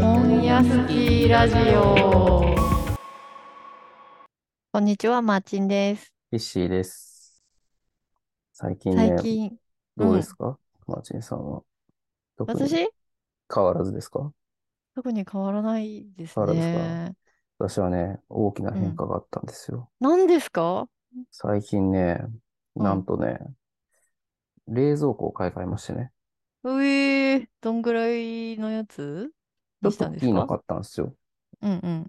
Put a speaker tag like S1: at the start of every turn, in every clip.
S1: 本屋スキーラジオ。
S2: こんにちは、マーチンです。
S3: イッシーです。最近ね
S2: 最、近、
S3: どうですかマーチンさんは。特に
S2: 私、
S3: 変わらずですか
S2: 特に変わらないです
S3: 変わらず
S2: ね。
S3: 私はね、大きな変化があったんですよ。
S2: 何ですか
S3: 最近ね、
S2: うん
S3: なんとね、冷蔵庫を買い替えましてね。
S2: うえー、どんぐらいのやつ
S3: ち
S2: に
S3: ょっ
S2: した
S3: と
S2: ん
S3: 大
S2: で
S3: き
S2: す
S3: いの
S2: か
S3: 買ったんですよ。
S2: うんうん。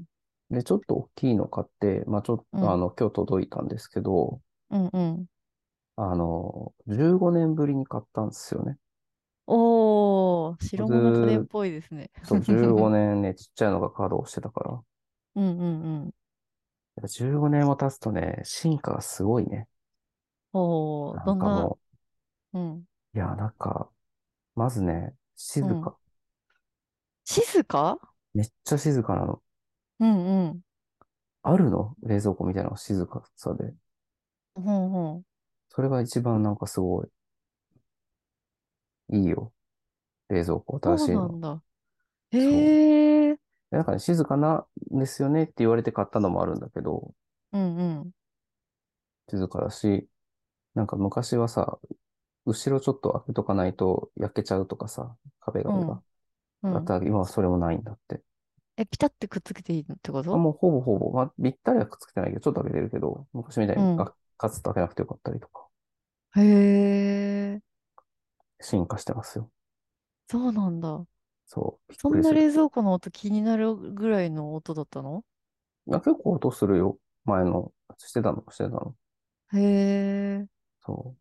S3: で、ちょっと大きいの買って、まあちょっ
S2: うん
S3: と、あの、今日届いたんですけど、
S2: うんうん。
S3: あの、15年ぶりに買ったんですよね。
S2: おー、白物家電
S3: ず
S2: っ
S3: ー
S2: ぽいですね。
S3: そう、15年ね、ちっちゃいのが稼働してたから。
S2: うんうんうん。
S3: やっぱ15年も経つとね、進化がすごいね。
S2: お
S3: な
S2: ー、
S3: ん
S2: どん
S3: か
S2: な
S3: も、う
S2: うん。
S3: いや、なんか、まずね、静
S2: うん
S3: か。
S2: 静か
S3: めっちゃ静かなの。
S2: うんうん。
S3: あるの冷蔵庫みたいなの静かさで。
S2: ほんほん。
S3: それが一番なんかすごい。いいよ。冷蔵庫、
S2: そ
S3: 新しいう
S2: な
S3: の。
S2: んだ。
S3: う
S2: へえー、
S3: なんかね、静かなんですよねって言われて買ったのもあるんだけど、
S2: うんうん。
S3: 静かだし、なんか昔はさ、後ろちょっと開けとかないと焼けちゃうとかさ、壁紙が。
S2: うん
S3: だったら今はそれもないんだって。
S2: え、ピタってくっつけていいってこと
S3: あもうほぼほぼ、まあ、ぴったりはくっつけてないけど、ちょっと開けてるけど、昔みたいに、
S2: うん
S3: あ、カツッと開けなくてよかったりとか、
S2: へえ、
S3: 進化してますよ。
S2: そうなんだ。
S3: そう、びっ
S2: そ
S3: く
S2: ん
S3: りす
S2: な
S3: る。
S2: 冷蔵庫の音気になるぐらいの音だったの
S3: いや結構音するよ。前の、してたの、してたの。
S2: へえ、
S3: そう、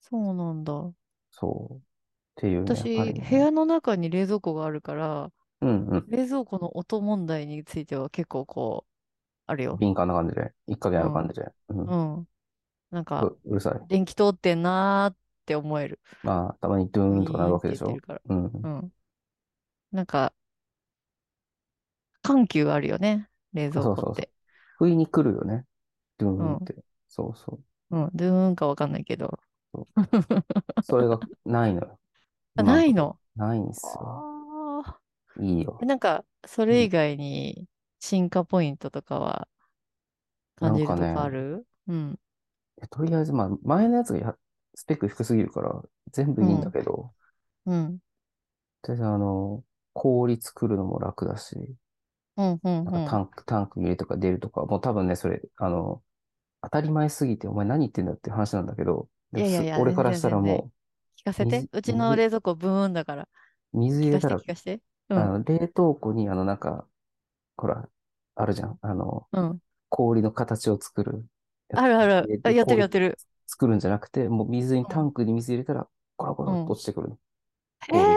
S2: そうなんだ。
S3: そう。っていうね、
S2: 私、
S3: あれね
S2: 部屋の中に冷蔵庫があるから、
S3: うんうん。
S2: 冷蔵庫の音問題については結構こう、あるよ。
S3: 敏感な感じで、一か月の感じで。うん。う
S2: うん。なんか、
S3: うるさい。
S2: 電気通ってんなーって思える。
S3: まあ、たまにドゥーンとかなるわけでし
S2: ウィ
S3: ょ
S2: ーンって言ってる。から。
S3: うん。
S2: うん。なんか、緩急あるよね。冷蔵
S3: そう
S2: 庫
S3: そう
S2: っ
S3: そう
S2: て。
S3: 不意に来るよね。ドゥーンって。そうそう。
S2: うん。ドゥーンかわかんないけど。
S3: それがないのよ。
S2: あ、
S3: 今
S2: ない
S3: とこ
S2: の。
S3: ないんですよ。
S2: ああ。
S3: いいよ。
S2: なんか、それ
S3: うん
S2: 以外に進化ポイントとかは感じる
S3: なん
S2: と
S3: か
S2: か
S3: ね
S2: あるうん。
S3: いやとりあえず、まあ、前のやつがやスペック低すぎるから、全部いいんだけど、
S2: うん。
S3: とりあえずあの、氷作るのも楽だし、
S2: うん、うん、
S3: なんかタ
S2: うん。
S3: ンク、タンクに入れとか出るとか、もう多分ね、それ、あの、当たり前すぎて、お前何言ってんだって話なんだけど、でも
S2: いやいや
S3: す
S2: いや
S3: 俺
S2: 全
S3: から
S2: 然
S3: したら
S2: 全然
S3: も
S2: 聞かせて
S3: 水。
S2: うちの
S3: 水
S2: 冷蔵庫ブーンだから。
S3: う、水入
S2: 聞か
S3: れ
S2: せ
S3: た
S2: て、
S3: ら
S2: 聞、かして。う
S3: あ
S2: ん。
S3: の、冷凍庫に、あの、なんか、ほら、あるじゃん。あの、
S2: うん。
S3: 氷の形を作るやつ。
S2: あるあるあ
S3: 入れ
S2: る。あ、やってるやっ
S3: 氷
S2: てる。
S3: 作るんじゃなくて、もう水に、
S2: ん
S3: タンクに水入れたら、ゴロゴロっと落ちてくるの。
S2: え
S3: 氷が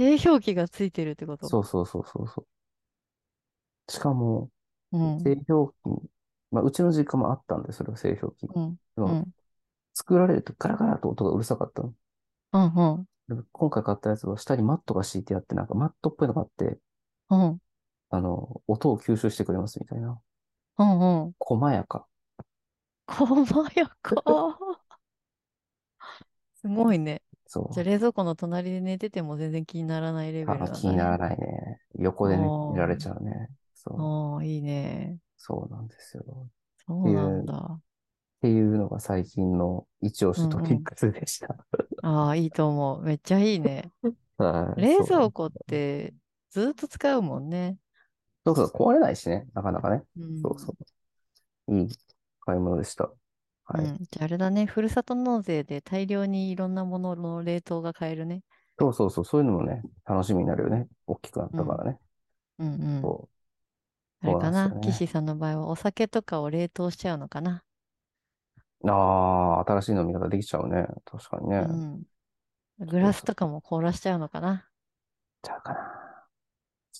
S2: えー、製氷機がついてるってこと
S3: そうそうそうそうそう。しかも、
S2: うん。
S3: 製氷機、まあ、うちの実家もあったんで、それは製氷機。
S2: うん。
S3: で
S2: う
S3: も、
S2: ん。
S3: 作られるとガラガラと音がうるさかったの。
S2: うん。うん。
S3: でも今回買ったやつは下にマットが敷いてあって、なんかマットっぽいのがあって、
S2: うん。
S3: あの、音を吸収してくれますみたいな。
S2: うん。 うん。
S3: 細やか。
S2: 細やか。 すごいね。
S3: そ
S2: じゃあ冷蔵庫の隣で寝てても全然気にならないレ
S3: う。
S2: ベ
S3: あ
S2: ルな
S3: の、
S2: んだ
S3: 気になら
S2: ね。
S3: ないね。横でね、
S2: おー
S3: 見られちゃうね。そう。
S2: おー、いいね。
S3: そうなんですよ。
S2: そうなんだ。
S3: っていうのが最近の一押しトピックスでした。
S2: ああ、いいと思う。めっちゃいい ね。
S3: はい
S2: 冷
S3: そう
S2: 蔵庫ってずっと使うもんね。
S3: そうそう、壊れないしね。なかなかね。
S2: うん。
S3: そうそう。いい買い物でした。はい。
S2: うん。じゃああれだね。ふるさと納税で大量にいろんなものの冷凍が買えるね。
S3: そうそうそう、そういうのもね、楽しみになるよね。大きくなったからね。
S2: うんうん。
S3: そ
S2: あれかな
S3: そうなん。ですよね
S2: 岸さんの場合はお酒とかを冷凍しちゃうのかな。
S3: う。ああ、新しい飲み方できちゃうね。確かにね。
S2: うん。グラスとかも凍らしちゃうのかな。
S3: ちゃうかな。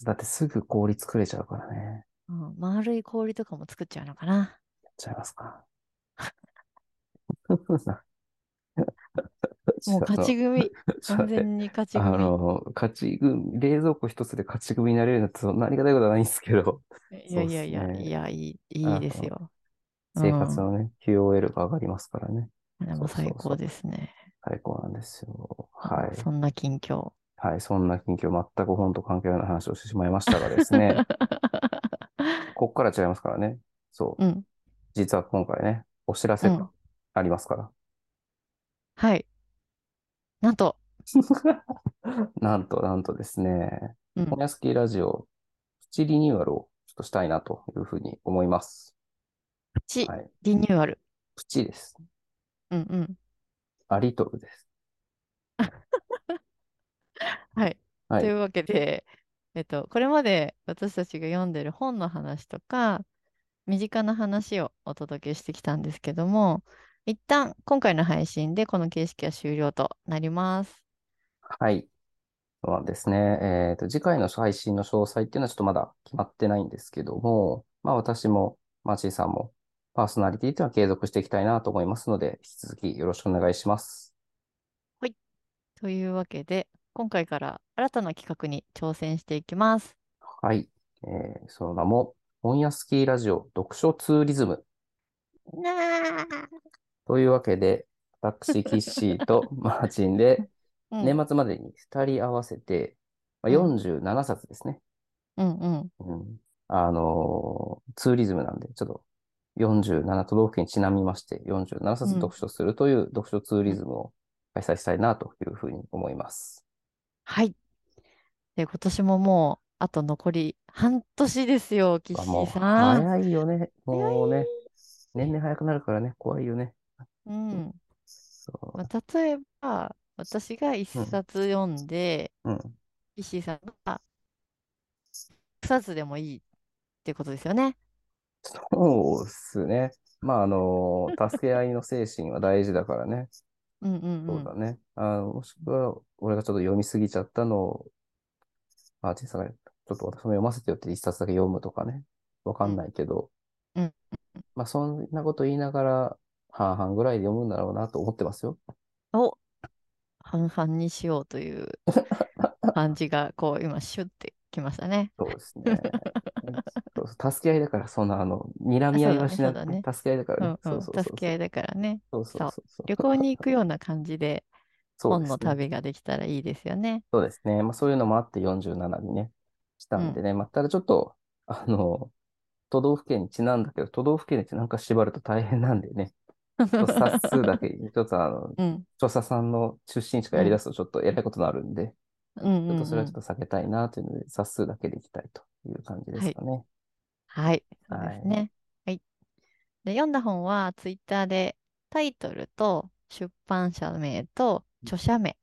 S3: だってすぐ氷作れちゃうからね。やっ
S2: うん。丸い氷とかも作っちゃうのかな。
S3: ちゃいます か。
S2: もう勝ち 組。
S3: ちょっと
S2: 完
S3: 待って
S2: 全に勝ち
S3: あ
S2: 組。
S3: の、勝ち組、冷蔵庫一つで勝ち組になれるなんて、そんなありがたいことはないんですけど。
S2: いやいやい
S3: そ
S2: や、
S3: うっすね
S2: いや、いい、い
S3: あの
S2: いですよ。
S3: 生活のね、QOL が上がりますからね。
S2: で
S3: そ
S2: も
S3: うそうそう
S2: 最高ですね。
S3: 最高なんですよ。はい。
S2: そんな近況。
S3: はい。そんな近況、全く本と関係ない話をしてしまいましたがですね、 こっから違いますからね。そう。
S2: うん。
S3: 実は今回ね、お知らせ
S2: うん
S3: がありますから。
S2: はい。なんと、
S3: なんと、なんとですね、
S2: うん
S3: ホニャスキーラジオ、プチリニューアルをちょっとしたいなというふうに思います。
S2: プチ
S3: はい。
S2: リニューアル。
S3: プチです。
S2: うんうん。
S3: アリトルです。
S2: はい。
S3: はい
S2: というわけで、えっと、これまで私たちが読んでる本の話とか、身近な話をお届けしてきたんですけども、一旦今回の配信でこの形式は終了となります。
S3: はい。そうなんですね。えっと、次回の配信の詳細っていうのはちょっとまだ決まってないんですけども、まあ私も、マーチーさんも、パーソナリティっていうのは継続していきたいなと思いますので、引き続きよろしくお願いします。
S2: というわけで、今回から新たな企画に挑戦していきます。
S3: はい。えーその名も、本屋スキーラジオ読書ツーリズム
S2: なあ、
S3: というわけで、私、キッシーとマーチンで、
S2: うん、
S3: 年末までに2人合わせて、まあ、
S2: うん
S3: 47冊ですね。
S2: うんうん。
S3: うんあのーツーリズムなんで、ちょっと47都道府県にちなみまして、47冊読書するという読書ツーリズムを開催したいなというふうに思います。
S2: はい。で、今年ももう、あと残り半年ですよ、岸
S3: あもう
S2: さん。
S3: 早いよね。もう
S2: 早
S3: ね
S2: い、
S3: 年々早くなるからね、怖いよね。
S2: うん。
S3: そ
S2: まあ、例えば、私が一
S3: うん
S2: 冊読んで、
S3: う。うん。
S2: 石井さんが二つでもいいってことですよね。
S3: そうっすね。まあ、あのー助け合いの精神は大事だからね。
S2: うんうん。
S3: そううんだね。あのもしくは、俺がちょっと読みすぎちゃったのを、あ、小さがちょっと私も読ませてよって一冊だけ読むとかね。わかんないけど。
S2: うんうん
S3: まあ、そんなこと言いながら、半々ぐらいで読むんだろうなと思ってますよ。
S2: を半々にしようという感じが、こう、今、シュッてきましたね。
S3: そうですね。 そうそう助け合いだから、そんな、あの、睨み合いはしな
S2: そうだねそうだね
S3: 助け合いだか
S2: う
S3: らね
S2: ん。うん。
S3: そうそうそう
S2: 助け合いだからね。
S3: そうそうそうそう。
S2: 旅行に行くような感じで、
S3: そう
S2: 本
S3: です
S2: の
S3: ね
S2: 旅ができたらいいですよね。
S3: そうですね。まあ、そういうのもあって47にね、したんでね。まあ、ただちょっと、あの、都道府県にちなんだけど、都道府県になんか縛ると大変なんで ね。ちょっと冊数だけ、一つあの、
S2: うん。
S3: 調査さんの出身地からやり出すとちょっとやらいことになるんで、
S2: うん
S3: ち
S2: う
S3: ょっ
S2: んう
S3: とそれはちょっ
S2: ん。
S3: と避けたいなというので、冊数だけでいきたいという感じですかね。
S2: はい。そうで
S3: は
S2: す
S3: い
S2: ね。はい。で、読んだ本は、ツイッターで、タイトルと、出版社名と、著者名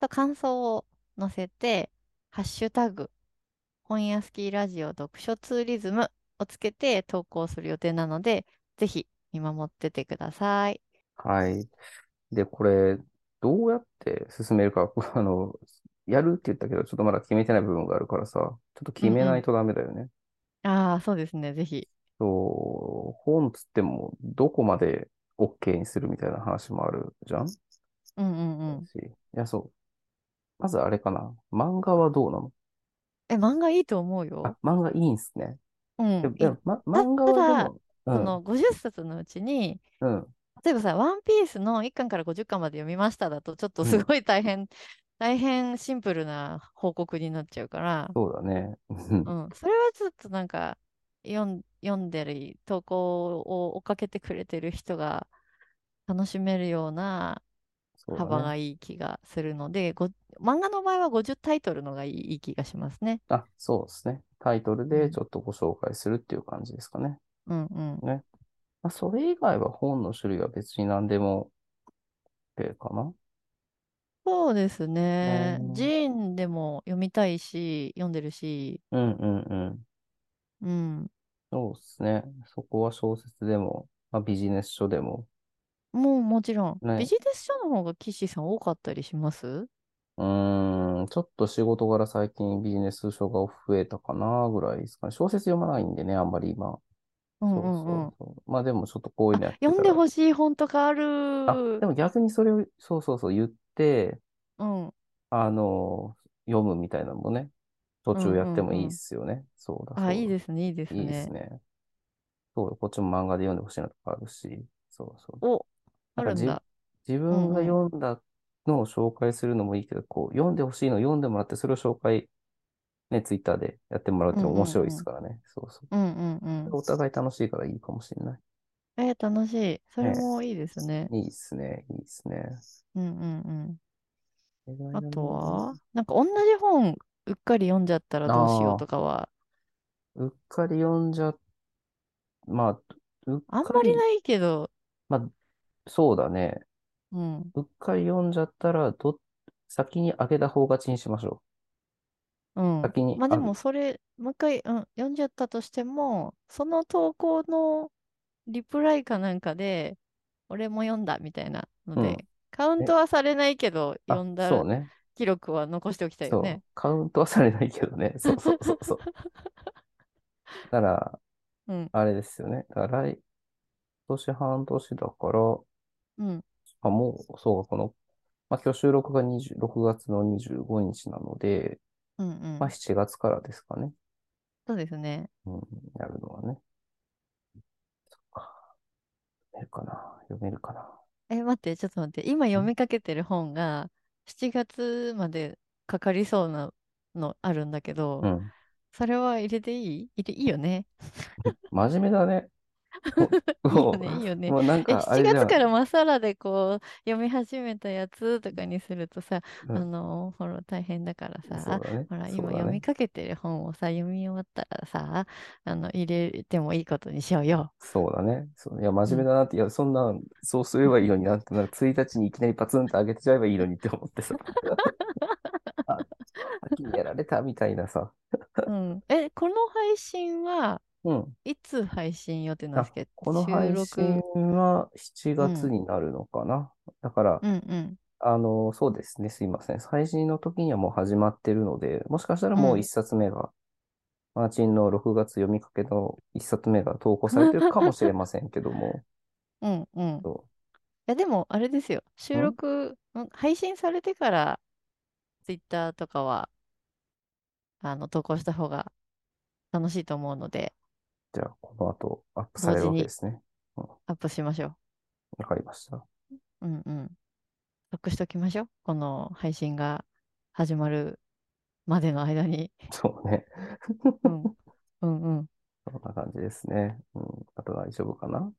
S2: と、感想を載せて、ハッシュタグ、本屋スキーラジオ読書ツーリズムをつけて投稿する予定なので、ぜひ見守っててください。
S3: はい。で、これ、どうやって進めるか、あの、やるって言ったけど、ちょっとまだ決めてない部分があるからさ、ちょっと決めないとダメだよね。
S2: ああ、そうですね。ぜひ。
S3: そう、本つってもどこまで OK にするみたいな話もあるじゃんし、
S2: うんうんうん。
S3: いや、そう。まずあれかな。漫画はどうなの
S2: え、漫画いいと思う
S3: あ
S2: よ。、
S3: 漫画いいんすね。
S2: うん。
S3: で
S2: い
S3: も、でもま、漫画はでも、う
S2: そ
S3: ん、
S2: の50冊のうちに、
S3: うん、
S2: 例えばさ、ワンピースの1巻から50巻まで読みましただと、ちょっとすごい大変、大変シンプルな報告になっちゃうから、
S3: そうだね。うん
S2: うん、それはちょっとなんか、読ん読んでる投稿を追っかけてくれてる人が楽しめるような
S3: そうだ
S2: 幅
S3: ね。
S2: がいい気がするので、ご漫画の場合は50タイトルのがいいいい気がしますね。
S3: あ、そうですね。タイトル
S2: う
S3: で
S2: ん
S3: ちょっとご紹介するっていう感じですかね。
S2: うんうん。
S3: まあ、それ以外は本の種類は別に何でも OK かな。
S2: そうですね
S3: う。ん
S2: ジーンでも読みたいし、読んでるし、
S3: うん、うん、うん。
S2: うん。
S3: そうですね。そこは小説でも、まあ、ビジネス書でも、
S2: もうもちろん。
S3: ね
S2: ビジネス書の方が岸さん多かったりします
S3: うーん、ちょっと仕事柄最近ビジネス書が増えたかなぐらいですかね。小説読まないんでね、あんまり今。
S2: うん
S3: そう
S2: う
S3: そ
S2: んうん。
S3: うそう。まあでもちょっとこういうのやって
S2: 読ん
S3: た
S2: で
S3: ら。
S2: ほしい本とかある。
S3: あ、でも逆にそれを、そうそうそう、言って、
S2: うん。
S3: あの、読むみたいなのもね、途中やってもいいっすよね。そうだ
S2: あ、いい
S3: そう
S2: ですね、いいです
S3: だ。いいっす
S2: ね。
S3: ね。そう、こっちも漫画で読んでほしいのとかあるし、そうそう。
S2: お、あ
S3: なんか
S2: るん
S3: じ
S2: だ。
S3: 自分が読んだのを紹介するのもいいけど、こう、読んでほしいのを読んでもらって、それを紹介、ね、ツイッターでやってもらうってのも面白いですからね。そうそう。
S2: うんうんうん。
S3: お互い楽しいからいいかもしれない。
S2: えー、楽しい。それ
S3: ね
S2: もいいですね。
S3: いいですね。いいですね。
S2: うんうん
S3: 意
S2: うん。
S3: 外だ
S2: あ
S3: な
S2: とは、なんか同じ本うっかり読んじゃったらどうしようとかは、
S3: うっかり読んじゃ、まあ、うっ
S2: あん
S3: か
S2: まり
S3: り、
S2: ないけど、
S3: まあ、そうだね。
S2: うん。
S3: うっかり読んじゃったら、ど、先に上げた方勝ちにしましょ
S2: うん。
S3: 先に
S2: まあで
S3: あ
S2: もそれ、もう一回、うん、読んじゃったとしても、その投稿のリプライかなんかで、俺も読んだみたいなので、
S3: うん
S2: カウントはされないけど、
S3: う。あ、
S2: 読んだ
S3: そうね。
S2: 記録は残しておきたい
S3: そ
S2: よ
S3: う。
S2: ね。
S3: カウントはされないけ どね。そうそうそうそう。だから、
S2: うん、
S3: あれですよね。だから来、今年半年だから、
S2: うん、
S3: あ、もう、そうか、この、まあ、今日収録が20 6月の25日なので、
S2: うん、うん
S3: まあ、。7月からですかね。
S2: そうですね。
S3: うん、やるのはね。そっか。読めるかな読めるかな
S2: え、待って、ちょっと待って。今読みかけてる本が、7月までかかりそうなのあるんだけど、
S3: うん。
S2: それは入れていい入れ、いいよね。
S3: 真面目 だね。
S2: いいよ
S3: も う、
S2: ね、いいよね。
S3: もうなん
S2: え、
S3: か、あ
S2: 7
S3: れじゃ
S2: 月
S3: ん。
S2: からまさらでこう、読み始めたやつとかにするとさ、
S3: うん
S2: あの、ほら、大変だからさ、
S3: そうだね。
S2: ほら、
S3: そう
S2: 今
S3: だ
S2: 読み
S3: ね。
S2: かけてる本をさ、読み終わったらさ、あの、入れてもいいことにしようよ。
S3: そうだね。そういや、真面目だなって、いや、そんな、そうすればいいのになって、なんか1日にいきなりパツンと上げてちゃえばいいのにって思ってさ。あ、秋にやられたみたいなさ。
S2: うん。え、この配信は、
S3: うん。
S2: いつ配信予定なんで
S3: あ
S2: すっけ、
S3: この
S2: 収
S3: 配
S2: 録。
S3: 信は7月になるのかな。だから、
S2: うんうん。
S3: あの、そうですね。すいません。配信の時にはもう始まってるので、もしかしたらもう
S2: うん
S3: 1冊目が、マーチンの6月読みかけの1冊目が投稿されてるかもしれませんけども。
S2: うんうん。い
S3: そ
S2: やでも、あれですよ。収録、うん配信されてから、ツイッターとかは、あの、投稿した方が楽しいと思うので、
S3: うじゃあ、この後アップされるわけですね。
S2: アップしましょ
S3: わかりました。
S2: う。うんうん。ストックしときましょう。この配信が始まるまでの間に。
S3: そうね。
S2: うん。うんうん。
S3: そんな感じですね。うん。あと大丈夫かな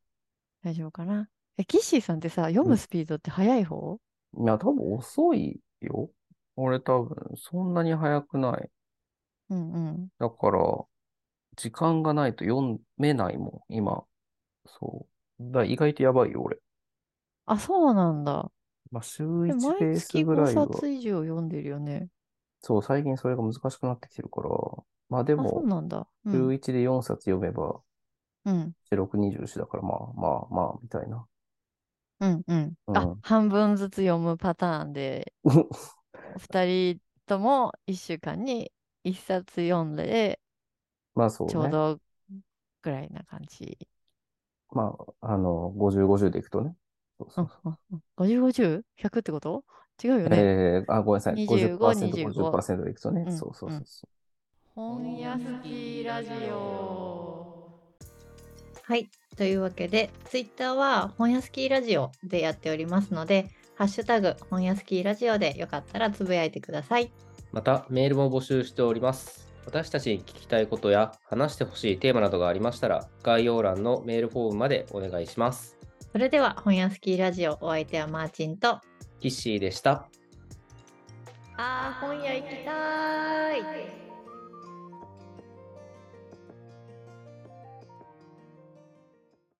S2: 大丈夫かな。え、キッシーさんってさ、読
S3: う
S2: む
S3: ん
S2: スピードって速い方
S3: いや、多分遅いよ。俺多分、そんなに早くない。
S2: うんうん。
S3: だから、時間がないと読めないもん、今。そう。だ意外とやばいよ、俺。
S2: あ、そうなんだ。
S3: まあ、週
S2: え
S3: 1
S2: 毎
S3: ペース
S2: 月
S3: ぐらいは、
S2: 5冊以上読んでるよね。
S3: そう、最近それが難しくなってきてるから、まあで
S2: あ、そう
S3: も、
S2: なんだ。う
S3: 週
S2: ん。
S3: 1で4冊読めば、
S2: うん。
S3: 6、24だから、まあまあまあ、みたいな。
S2: うんうん。
S3: う
S2: あ
S3: ん、
S2: 半分ずつ読むパターン で、二人とも一週間に一冊読んで、
S3: まあそう
S2: ちょう
S3: ね。
S2: どぐらいな感じ。
S3: まあ、あの、50、50でいくとね。そう
S2: う
S3: そ
S2: ん
S3: う
S2: うんうん50、50、100ってこと違うよ
S3: そう。
S2: ね。
S3: えー、あ、ごめんなさい。
S2: 25
S3: 50%、
S2: 25
S3: 50%でいくとね。
S2: うん
S3: そうそうそうそう。
S1: 本屋好きラジオ
S2: はい。というわけで、ツイッターは本屋スキーラジオでやっておりますので、ハッシュタグ本屋スキーラジオでよかったらつぶやいてください。
S4: またメールも募集しております。私たちに聞きたいことや話してほしいテーマなどがありましたら概要欄のメールフォームまでお願いします。
S2: それでは本屋スキーラジオお相手はマーチンと、
S4: キッシーでした。
S2: あー、本屋行きたーい。